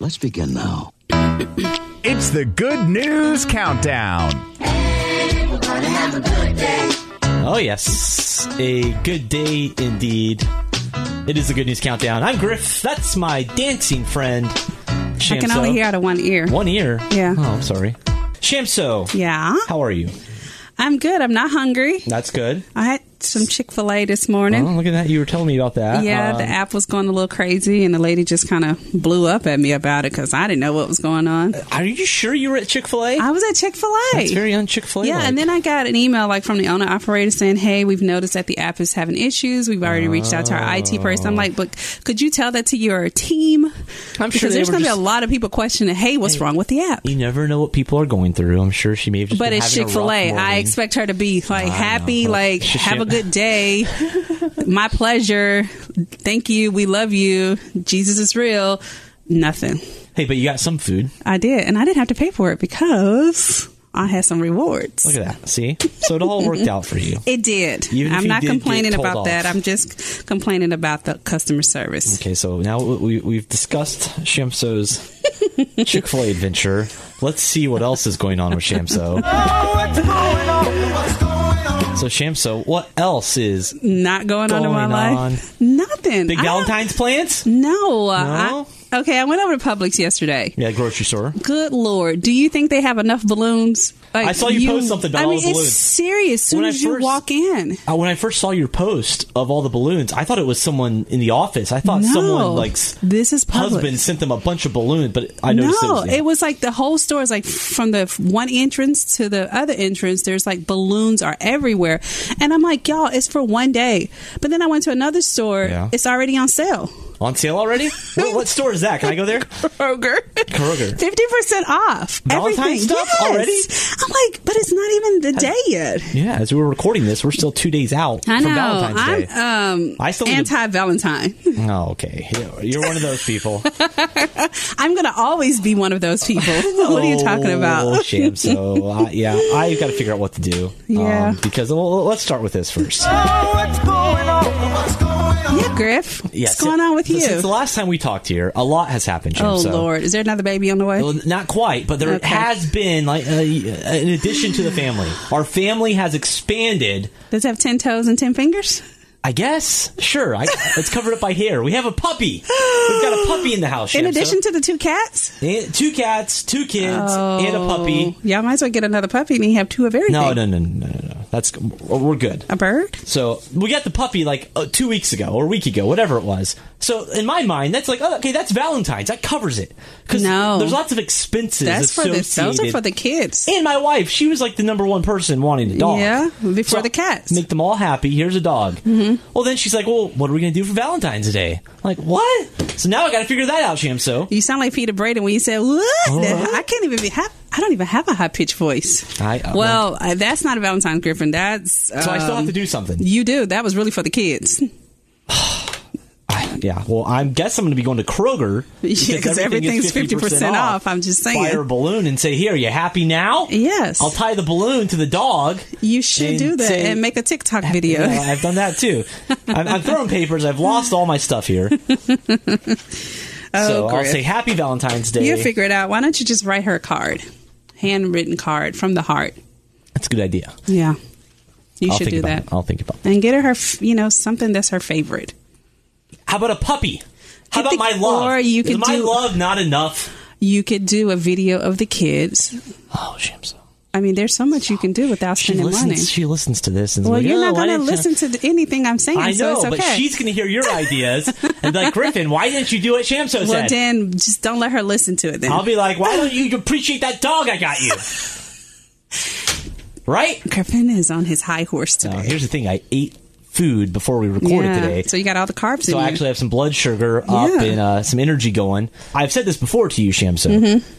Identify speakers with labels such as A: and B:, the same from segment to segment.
A: Let's begin now.
B: It's the good news countdown.
C: Oh, yes. A good day indeed. It is the Good News Countdown. I'm Griff. That's my dancing friend, Shamso.
D: I can only hear out of one ear.
C: One ear?
D: Yeah.
C: Oh, I'm sorry. Shamso.
D: Yeah.
C: How are you?
D: I'm good. I'm not hungry.
C: That's good.
D: I had some Chick fil A this morning.
C: Oh, look at that. You were telling me about that.
D: Yeah,
C: Um,
D: the app was going a little crazy, and the lady just kind of blew up at me about it because I didn't know what was going on.
C: are you sure you were at Chick fil A?
D: I was at Chick fil A.
C: That's very un Chick fil A.
D: Yeah, and then I got an email like from the owner operator saying, "Hey, we've noticed that the app is having issues. We've already reached out to our IT person." I'm like, "But could you tell that to your team?
C: Oh. I'm sure
D: because
C: they
D: there's
C: were
D: going to
C: just-
D: be a lot of people questioning, "Hey, what's wrong with the app?"
C: You never know what people are going through. I'm sure she may have just
D: But
C: been
D: it's
C: having a
D: Chick
C: rough
D: Fil A. I
C: morning.
D: expect her to be like happy,
C: know.
D: like
C: Shit.
D: have a good day, my pleasure, thank you, we love you, Jesus is real. Nothing.
C: Hey, but you got some food.
D: I did, and I didn't have to pay for it because I had some rewards.
C: Look at that. See? So it all worked out for you.
D: It did.
C: Even if
D: I'm
C: you
D: not
C: did get
D: complaining
C: told
D: about
C: off.
D: that. I'm just complaining about the customer service.
C: Okay, so now we, we've discussed Shamso's Chick fil A adventure. Let's see what else is going on with Shamso.
D: Oh,
C: So, Shamso, what else is
D: Not going, on in my
C: Going on.
D: life. Nothing.
C: Big
D: I don't-
C: Valentine's plans?
D: No. I-
C: No?
D: okay, I went over to Publix yesterday.
C: Yeah, grocery store.
D: Good lord, do you think they have enough balloons? Like,
C: I saw you post something about
D: I
C: all
D: mean,
C: the
D: it's
C: balloons.
D: serious. As soon
C: When I
D: as you
C: first-
D: walk in,
C: Uh, when I first saw your post of all the balloons, I thought it was someone in the office. I thought
D: no,
C: someone like s-
D: this is public.
C: husband sent them a bunch of balloons, but I noticed
D: No,
C: it was.
D: it was like the whole store is like from the f- one entrance to the other entrance. There's like balloons are everywhere, and I'm like, y'all, it's for one day. But then I went to another store.
C: Yeah.
D: It's already on sale.
C: on sale already. what, what store is that? Can I go there?
D: Kroger,
C: Kroger.
D: fifty percent off.
C: Valentine's
D: everything.
C: stuff
D: Yes.
C: already?
D: I'm like, but it's not even the day yet.
C: Yeah, as we were recording this, we're still two days out
D: I
C: from
D: know.
C: Valentine's Day.
D: I'm um,
C: I still need to-
D: anti Valentine.
C: Oh, okay. Yeah, You're one of those people.
D: I'm gonna always be one of those people. what are you talking
C: Oh,
D: about?
C: sham. So, I, yeah, I've got to figure out what to do. Um,
D: Yeah.
C: because, well, let's start with this first.
D: Yeah, Griff.
C: Oh. Yes.
D: What's going on with you?
C: Since the last time we talked here, a lot has happened, Jim.
D: Oh
C: so.
D: Lord, is there another baby on the way?
C: Well, not quite, but there
D: Okay.
C: has been, like, uh, in addition to the family, our family has expanded.
D: Does it have ten toes and ten fingers?
C: I guess, sure. I, it's covered up by hair. We have a puppy. We've got a puppy in the house.
D: In
C: Shamsa.
D: addition to the two cats, Oh,
C: And two cats, two kids, and a puppy.
D: Y'all might as well get another puppy and you have two of everything.
C: No, no, no, no, no, no. That's we're good.
D: A bird?
C: So we got the puppy like uh, two weeks ago or a week ago, whatever it was. So in my mind, that's like oh, okay, that's Valentine's. That covers it because
D: No.
C: there's lots of expenses
D: That's for the
C: associated.
D: those are for the kids.
C: and my wife, she was like the number one person wanting a dog.
D: Yeah, before
C: So,
D: the cats.
C: Make them all happy. Here's a dog. Mm-hmm. Well, then she's like, well, what are we gonna do for Valentine's Day? I'm like what? So now I got to figure that out, Shamso.
D: you sound like Peter Braden when you say, "What?
C: Oh.
D: I can't even be ha- I don't even have a high pitched voice."
C: I- uh,
D: well, uh, that's not a Valentine's Griffin. That's
C: So I still have
D: um,
C: to do something.
D: You do. That was really for the kids.
C: I- yeah. Well, I guess I'm going to be going to Kroger
D: Yeah, 'cause everything's 50% off. I'm just saying.
C: Fire a balloon and say, "Here, you happy now?"
D: Yes.
C: I'll tie the balloon to the dog.
D: You should
C: And
D: do that
C: say-
D: and make a TikTok video.
C: Yeah, I've done that too. I'm, I'm throwing papers. I've lost all my stuff here. so I'll
D: Oh, Griff.
C: say Happy Valentine's Day.
D: You'll figure it out. Why don't you just write her a card, handwritten card from the heart?
C: that's a good idea.
D: Yeah, you
C: I'll
D: should
C: think
D: do
C: about
D: that.
C: It. I'll think about. It.
D: and get her, her, f- you know, something that's her favorite.
C: How about a puppy? How
D: I
C: about
D: think-
C: my love?
D: or you
C: Is
D: could
C: my
D: do-
C: love not enough?
D: You could do a video of the kids.
C: Oh, Shamsa.
D: I mean, there's so much you can do without
C: She
D: spending
C: listens.
D: money.
C: She listens to this. And is
D: well,
C: like,
D: you're
C: "Oh,
D: not
C: why
D: going to
C: didn't you-"
D: listen to th- anything I'm saying,
C: I
D: so
C: know,
D: it's okay.
C: but she's going to hear your ideas and be like, Griffin, why didn't you do what Shamso
D: well,
C: said?
D: then just don't let her listen to it. Then
C: I'll be like, why don't you appreciate that dog I got you? right?
D: Griffin is on his high horse
C: Now,
D: today.
C: here's the thing I ate food before we recorded
D: Yeah.
C: today.
D: So you got all the carbs
C: So
D: in
C: I
D: you.
C: actually have some blood sugar up
D: Yeah.
C: and uh, some energy going. I've said this before to you, Shamso.
D: Mm-hmm.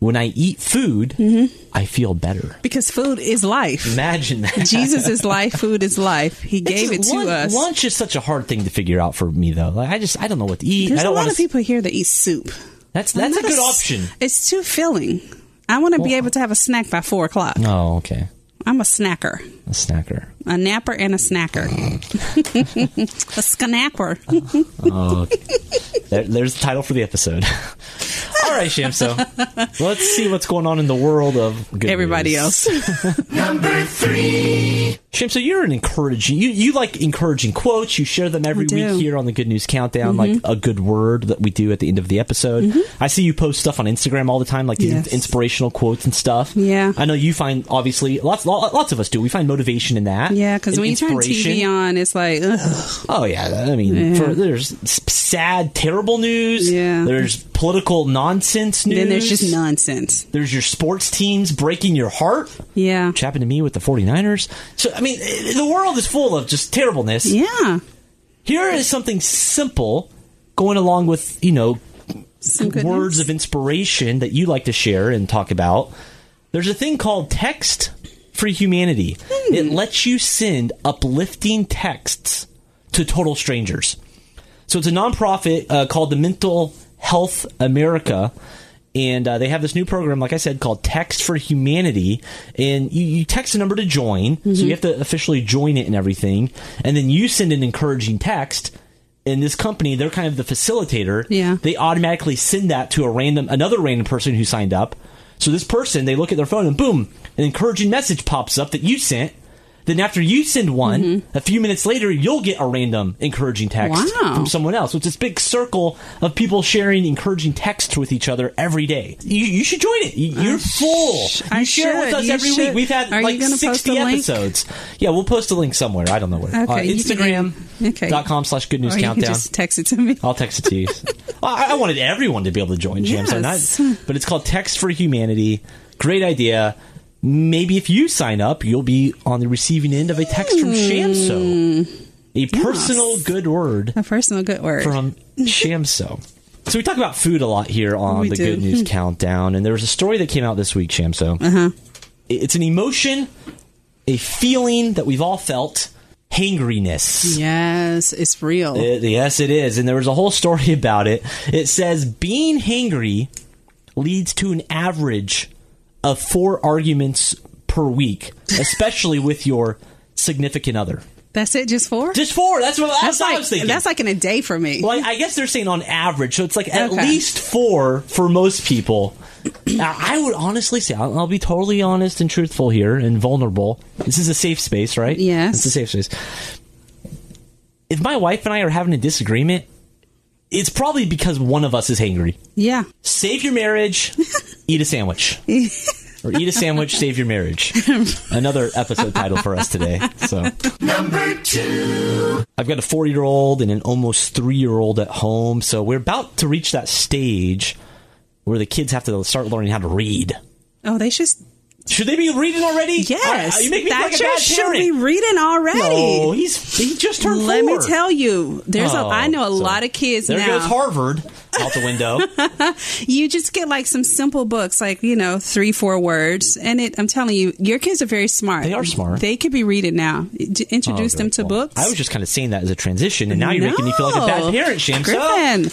C: When I eat food, I feel better.
D: because food is life.
C: Imagine that.
D: Jesus is life. Food is life. He
C: It's
D: gave it
C: just
D: to
C: lunch,
D: us.
C: Lunch is such a hard thing to figure out for me, though. Like, I just I don't know what to eat.
D: There's
C: I don't
D: a lot
C: want
D: of people here that eat soup.
C: That's that's a
D: Not
C: good
D: s-
C: option.
D: It's too filling. I want to be able to have a snack by four o'clock.
C: Oh, okay.
D: I'm a snacker,
C: A snacker.
D: a napper, and a snacker, a snapper.
C: Oh, okay. there, there's the title for the episode. All All right, Shamso. Let's see what's going on in the world of good
D: Everybody
C: news.
D: else.
C: Shamso, you're an encouraging. You you like encouraging quotes. You share them every
D: I do. Mm-hmm.
C: week here on the Good News Countdown, like a good word that we do at the end of the episode. I see you post stuff on Instagram all the time, like these
D: Yes.
C: inspirational quotes and stuff.
D: Yeah.
C: I know you find obviously lots lo- lots of us do. We find motivation in that.
D: Yeah, because
C: and
D: when you turn
C: inspiration.
D: TV on, it's like, ugh.
C: Oh yeah, I mean,
D: Yeah.
C: for, there's s- sad, terrible news.
D: Yeah.
C: There's political nonsense news.
D: then there's just nonsense.
C: There's your sports teams breaking your heart, which
D: Yeah.
C: happened to me with the 49ers. So I mean, eh, the world is full of just terribleness.
D: Yeah.
C: Here is something simple, going along with you know
D: Some good
C: words
D: news.
C: of inspiration that you like to share and talk about. There's a thing called Text for Humanity.
D: Hmm.
C: It lets you send uplifting texts to total strangers. So it's a nonprofit uh, called the Mental Health America. And uh, they have this new program, like I said, called Text for Humanity. And you, you text a number to join. So you have to officially join it and everything. And then you send an encouraging text. And this company, they're kind of the facilitator.
D: Yeah.
C: They automatically send that to a random, another random person who signed up. So this person, they look at their phone and boom, an encouraging message pops up that you sent. Then after you send one, a few minutes later, you'll get a random encouraging text
D: Wow.
C: from someone else. So it's this big circle of people sharing encouraging texts with each other every day. You, you should join it. You- You're full.
D: I
C: you share it with
D: should.
C: us
D: You
C: every week.
D: should.
C: We've had
D: Are you
C: like
D: gonna post
C: 60
D: a link?
C: episodes. Yeah, we'll post a link somewhere. I don't know where. Uh,
D: Okay, you can-
C: Instagram.com
D: okay.
C: slash good news
D: or you can
C: countdown.
D: just text it to me.
C: I'll text it to you. I, I wanted everyone to be able to join Jam so
D: Yes.
C: not- but it's called Text for Humanity. Great idea. Maybe if you sign up, you'll be on the receiving end of a text from Shamso. A
D: Hmm.
C: personal good word
D: A personal good word.
C: from Shamso. So we talk about food a lot here on
D: We
C: the
D: do. Hmm.
C: Good News Countdown, and there was a story that came out this week, Shamso. Uh-huh. It's an emotion, a feeling that we've all felt, hangriness.
D: Hmm. yes, it's real.
C: It- yes, it is. And there was a whole story about it. It says being hangry leads to an average of four arguments per week, especially with your significant other.
D: that's it, just four?
C: Just four. That's what, that's
D: that's
C: what
D: like
C: I was thinking.
D: that's like in a day for me.
C: well, I I guess they're saying on average, so it's like at
D: Okay.
C: least four for most people. Now, I would honestly say, I'll, I'll be totally honest and truthful here and vulnerable. This is a safe space, right?
D: Yes.
C: It's a safe space. If my wife and I are having a disagreement, it's probably because one of us is hangry.
D: yeah.
C: Save your marriage, eat a sandwich. or eat a sandwich, save your marriage. Another episode title for us today. So I've got a four year old and an almost three year old at home, so we're about to reach that stage where the kids have to start learning how to read.
D: Oh, they should
C: Should they be reading already?
D: Yes.
C: Uh, you make me
D: Thatcher
C: feel like a bad
D: should be
C: parent.
D: reading already.
C: No, he's he just turned
D: Let
C: four.
D: me tell you, there's
C: Oh,
D: a I know a
C: so
D: lot of kids
C: There
D: now.
C: goes Harvard out the window. Oh,
D: you just get like some simple books, like you know, three four words, and it. I'm telling you, your kids are very smart.
C: They are smart.
D: They could be reading now. D- Introduce them to
C: Well,
D: books.
C: I was just kind of saying that as a transition, and now you're making me feel like a
D: No.
C: bad parent, Shams.
D: Griffin,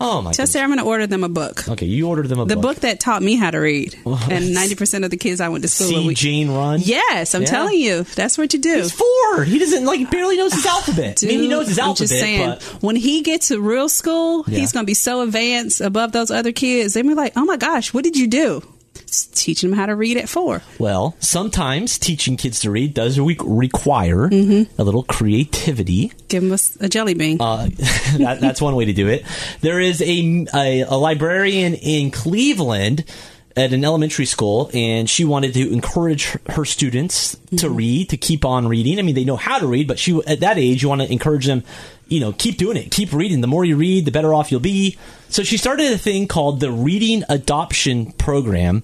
C: Oh my
D: tell
C: god.
D: Sarah I'm going to order them a book.
C: Okay, you ordered them a
D: The
C: book.
D: book that taught me how to read, and 90 percent of the kids I went to school
C: See
D: with.
C: Jane Run.
D: Yes, I'm
C: Yeah.
D: telling you, that's what you do.
C: He's four. He doesn't like barely knows his alphabet. I mean, he
D: Dude,
C: knows his
D: I'm
C: alphabet,
D: just saying,
C: but
D: when he gets to real school,
C: Yeah.
D: he's going to be so advanced above those other kids. They're gonna be like, "Oh my gosh, what did you do?" Just teaching them how to read at four.
C: Well, sometimes teaching kids to read does re- require a little creativity.
D: Give them a, s- a jelly bean.
C: Uh, that, that's one way to do it. There is a, a, a librarian in Cleveland at an elementary school, and she wanted to encourage her, her students to read, to keep on reading. I mean, they know how to read, but she at that age, you want to encourage them. You know, keep doing it. Keep reading. The more you read, the better off you'll be. So she started a thing called the Reading Adoption Program,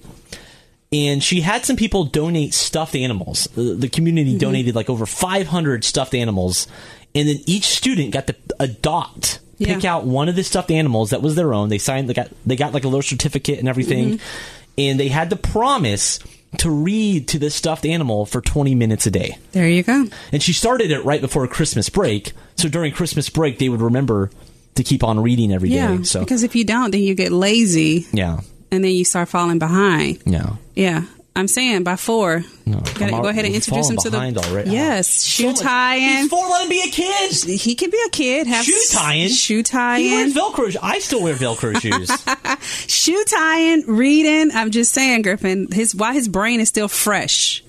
C: and she had some people donate stuffed animals. The, the community
D: Mm-hmm.
C: donated like over 500 stuffed animals, and then each student got to adopt, pick
D: Yeah.
C: out one of the stuffed animals that was their own. They signed, they got, they got like a little certificate and everything,
D: Mm-hmm.
C: and they had to promise to read to this stuffed animal for 20 minutes a day.
D: there you go.
C: And she started it right before Christmas break, so during Christmas break they would remember to keep on reading every day.
D: Yeah,
C: So
D: because if you don't, then you get lazy
C: yeah,
D: and then you start falling behind.
C: yeah.
D: Yeah. I'm saying by four. Gotta
C: I'm
D: go ahead and
C: already
D: introduce him to the.
C: falling behind already.
D: Yes, shoe tying.
C: He's four, let him be a kid.
D: He can be a kid. Have
C: Shoe
D: s-
C: tying?
D: Shoe
C: He wears
D: tying.
C: Velcro. sho- I still wear Velcro shoes.
D: shoe tying. Reading. I'm just saying, Griffin. His why his brain is still fresh.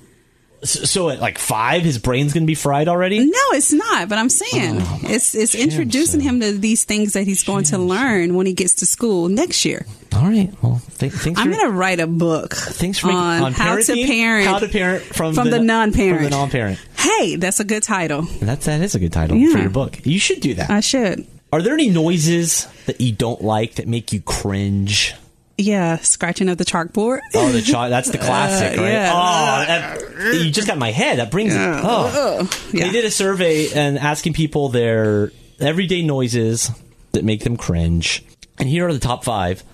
C: S- so at like five, his brain's gonna be fried already.
D: No, it's not. But I'm saying
C: Oh,
D: it's it's introducing him to these things that he's going to learn when he gets to school next year.
C: All right. Well, th- thanks.
D: I'm
C: for-
D: gonna write a book.
C: Thanks for making-
D: on,
C: on
D: how to
C: parenting?
D: parent.
C: How to parent from
D: from
C: the-
D: the non-parent.
C: from the non-parent.
D: Hey, that's a good title.
C: That's that is a good title for
D: Yeah.
C: your book. You should do that.
D: I should.
C: Are there any noises that you don't like that make you cringe?
D: Yeah, scratching of the chalkboard.
C: Oh, the chalk. That's the classic,
D: Uh,
C: right?
D: yeah.
C: Oh, that, you just got my head. That brings it. Oh.
D: Yeah.
C: They did a survey and asking people their everyday noises that make them cringe. And here are the top five: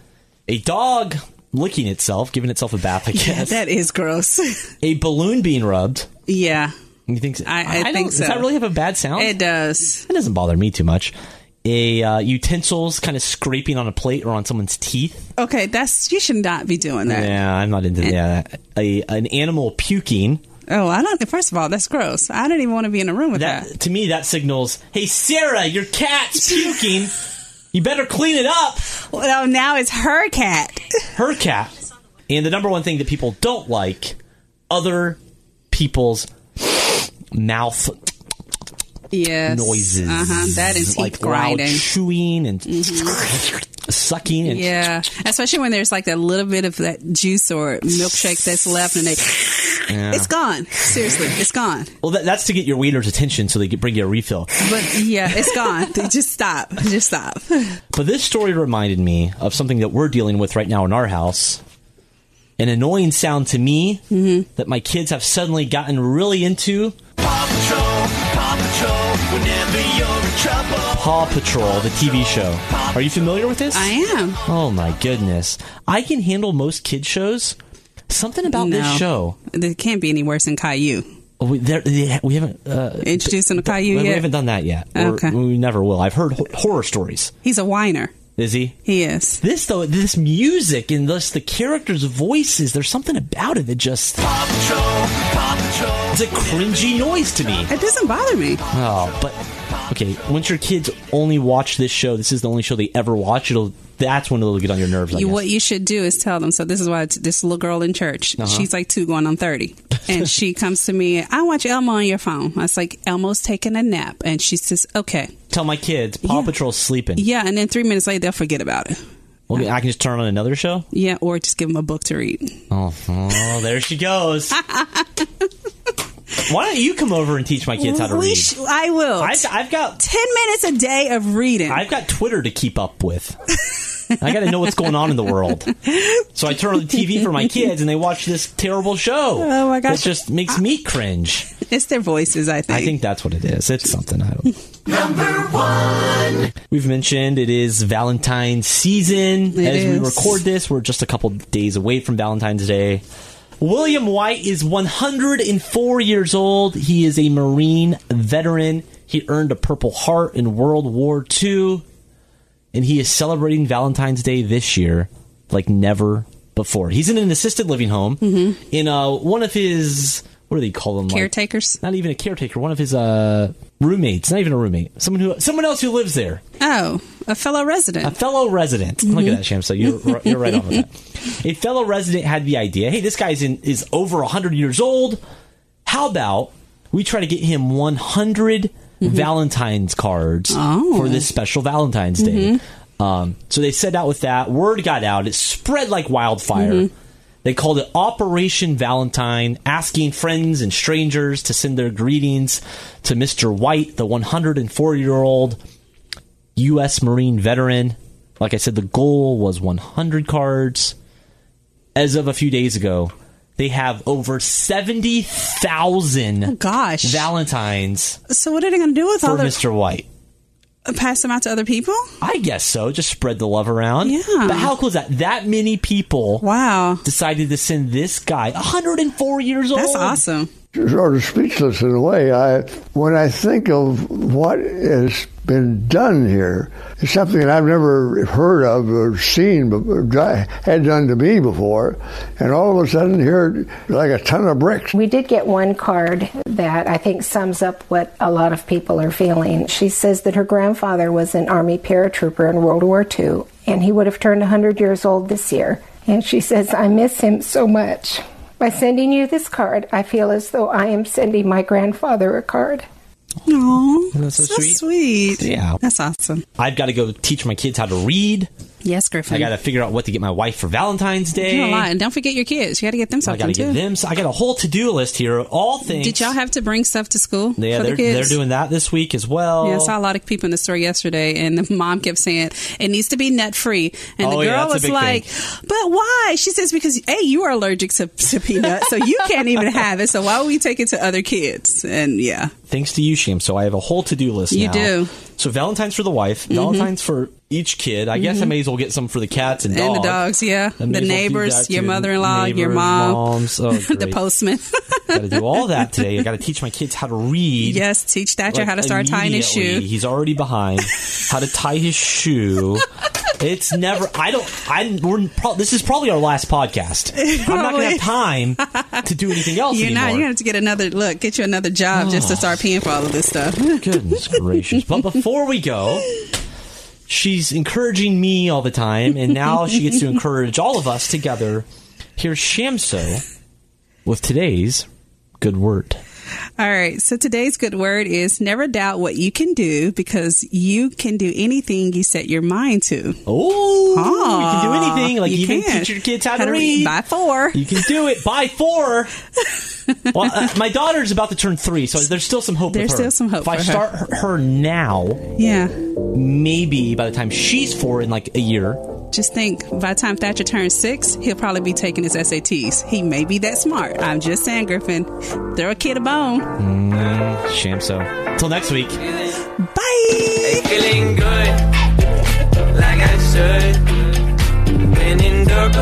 C: a dog licking itself, giving itself a bath. I
D: Yeah,
C: guess
D: that is gross.
C: a balloon being rubbed.
D: yeah,
C: You think? so?
D: I- I
C: don't-
D: think
C: Does
D: so.
C: that really have a bad sound?
D: it does.
C: That doesn't bother me too much. A uh, utensils kind of scraping on a plate or on someone's teeth.
D: Okay, that's you should not be doing that.
C: Yeah, I'm not into that. A an animal puking.
D: Oh, I don't. First of all, that's gross. I don't even want to be in a room with that.
C: That to me that signals, "Hey Sarah, your cat's puking. You better clean it up."
D: Well, now it's her cat.
C: Her cat. And the number one thing that people don't like other people's mouth
D: Yes,
C: noises.
D: Uh-huh. That is
C: like
D: teeth grinding. Mm-hmm.
C: loud chewing and sucking and
D: Yeah, especially when there's like that little bit of that juice or milkshake that's left, and they, it's gone. Seriously, it's gone.
C: Well, that, that's to get your waiter's attention so they can bring you a refill.
D: But yeah, it's gone. just stop. Just stop.
C: But this story reminded me of something that we're dealing with right now in our house. An annoying sound to me
D: Mm-hmm.
C: that my kids have suddenly gotten really into.
A: Paw Patrol, Paw Patrol, whenever you're in trouble.
C: Paw Patrol, the TV show. Are you familiar with this?
D: I am.
C: Oh my goodness. I can handle most kid shows. Something about this
D: No.
C: show. Oh,
D: It can't be any worse than Caillou.
C: We, there, they- we haven't uh,
D: Introducing a Caillou
C: we
D: yet.
C: haven't done that yet. We're-
D: Okay.
C: We never will. I've heard ho- horror stories.
D: He's a whiner.
C: Is he?
D: He is.
C: This though, this music and thus the characters' voices. There's something about it that just
A: Paw Patrol, Paw Patrol.
C: It's a cringy noise to me.
D: It doesn't bother me.
C: Oh, but okay. Once your kids only watch this show, this is the only show they ever watch. It'll that's when it'll get on your nerves. I
D: You,
C: guess.
D: what you should do is tell them. So this is why t- this little girl in church,
C: Uh-huh.
D: she's like two, going on thirty, and she comes to me. I want you Elmo on your phone. I was like, Elmo's taking a nap, and she says, okay,
C: Tell my kids Paw
D: Yeah.
C: Patrol's sleeping.
D: yeah. And then three minutes later, they'll forget about it.
C: Okay, I can just turn on another show.
D: Yeah, or just give them a book to read.
C: Oh, oh there she goes. Why don't you come over and teach my kids how to
D: We
C: read?
D: sh- I will.
C: I've, I've got
D: Ten minutes a day of reading.
C: I've got Twitter to keep up with. I got to know what's going on in the world. So I turn on the TV for my kids, and they watch this terrible show.
D: Oh, my gosh.
C: It just makes me cringe.
D: it's their voices. I think.
C: I think that's what it is. It's something I don't. Number one. We've mentioned it is Valentine's season.
D: It
C: As
D: is.
C: we record this, we're just a couple days away from Valentine's Day. William White is 104 years old. He is a Marine veteran. He earned a Purple Heart in World War II, and he is celebrating Valentine's Day this year like never before. He's in an assisted living home
D: Mm-hmm.
C: in uh, one of his what do they call them? like-
D: Caretakers.
C: not even a caretaker, one of his uh, roommates, not even a roommate, someone who, someone else who lives there,
D: Oh, a fellow
C: a
D: resident.
C: fellow resident. Look at that, Shamsa, you're you're right on with that. A fellow resident had the idea. Hey, this guy's in is over hundred years old. How about we try to get him one Valentine's cards for this special Valentine's Day? Um, so they set out with that. Word got out. It spread like wildfire. They called it Operation Valentine, asking friends and strangers to send their greetings to Mr. White, the 104 year old U.S. Marine veteran. Like I said, the goal was 100 cards. As of a few days ago, they have over 70,000
D: Oh, Gosh.
C: Valentines
D: so what are they going to do with
C: for
D: all the
C: Mr. White.
D: pass them out to other people?
C: I guess so. Just spread the love around.
D: Yeah.
C: But how cool is that? That many people
D: Wow,
C: decided to send this guy, 104 years old.
D: that's awesome.
E: sort of speechless in a way. I, when I think of what has been done here, it's something that I've never heard of or seen, but had done to me before, and all of a sudden here, like a ton of bricks.
F: We did get one card that I think sums up what a lot of people are feeling. She says that her grandfather was an Army paratrooper in World War II, and he would have turned 100 years old this year. And she says, I miss him so much. By sending you this card, I feel as though I am sending my grandfather a card.
D: Aw,
C: That's so
D: so,
C: sweet.
D: sweet.
C: Yeah.
D: that's awesome.
C: I've got to go teach my kids how to read.
D: Yes, Griffin.
C: I got to figure out what to get my wife for Valentine's Day.
D: You're a lot. And don't forget your kids. You got to get them
C: I
D: something
C: got to
D: too.
C: give them. So I got a whole to do list here. of All things.
D: Did y'all have to bring stuff to school
C: Yeah,
D: for
C: they're,
D: the kids?
C: they're doing that this week as well.
D: Yeah, I saw a lot of people in the store yesterday, and the mom kept saying it needs to be nut free, and
C: Oh,
D: the girl
C: yeah, that's a
D: was
C: big
D: like, "But why?" She says, "Because a you are allergic to, to peanuts, so you can't even have it. So why would we take it to other kids?" And yeah,
C: Thanks to you, Sham. So I have a whole to do list
D: You
C: now.
D: do. Mm-hmm.
C: So Valentine's for the wife, Valentine's for each kid. I guess I may as well get some for the cats and dogs.
D: and the dogs, yeah,
C: I may
D: the
C: as well do
D: neighbors,
C: that
D: your
C: too.
D: mother-in-law, your
C: Neighbors,
D: mom,
C: moms. Oh,
D: the
C: great.
D: postman.
C: got to do all that today. I got to teach my kids how to read.
D: yes, teach Thatcher
C: like,
D: how to start tying his
C: immediately.
D: shoe.
C: He's already behind. how to tie his shoe. It's never. I don't. I. We're. Pro- this is probably our last podcast. I'm not gonna have time to do anything else
D: You're
C: anymore. Oh.
D: not. You're gonna have to get another look. Get you another job just to start paying for all of this stuff.
C: Goodness gracious. But before we go, she's encouraging me all the time, and now she gets to encourage all of us together. Here's Shamso with today's good word.
D: All right. So today's good word is never doubt what you can do because you can do anything you set your mind to.
C: Oh, you
D: Ah,
C: can do anything. Like
D: you
C: even
D: can.
C: teach your kids how,
D: How to read. By four.
C: You can do it. By four. well, uh, my daughter's about to turn three, so there's still some hope. with
D: There's
C: her.
D: still some hope
C: If I
D: for her.
C: start her, her now,
D: Yeah.
C: maybe by the time she's four in like a year,
D: Just think by the time Thatcher turns six, he'll probably be taking his SATs. He may be that smart. I'm just saying, Griffin. Throw a kid a bone.
C: sham. So till next week.
D: Bye.
A: Feeling good, like I should. Been in the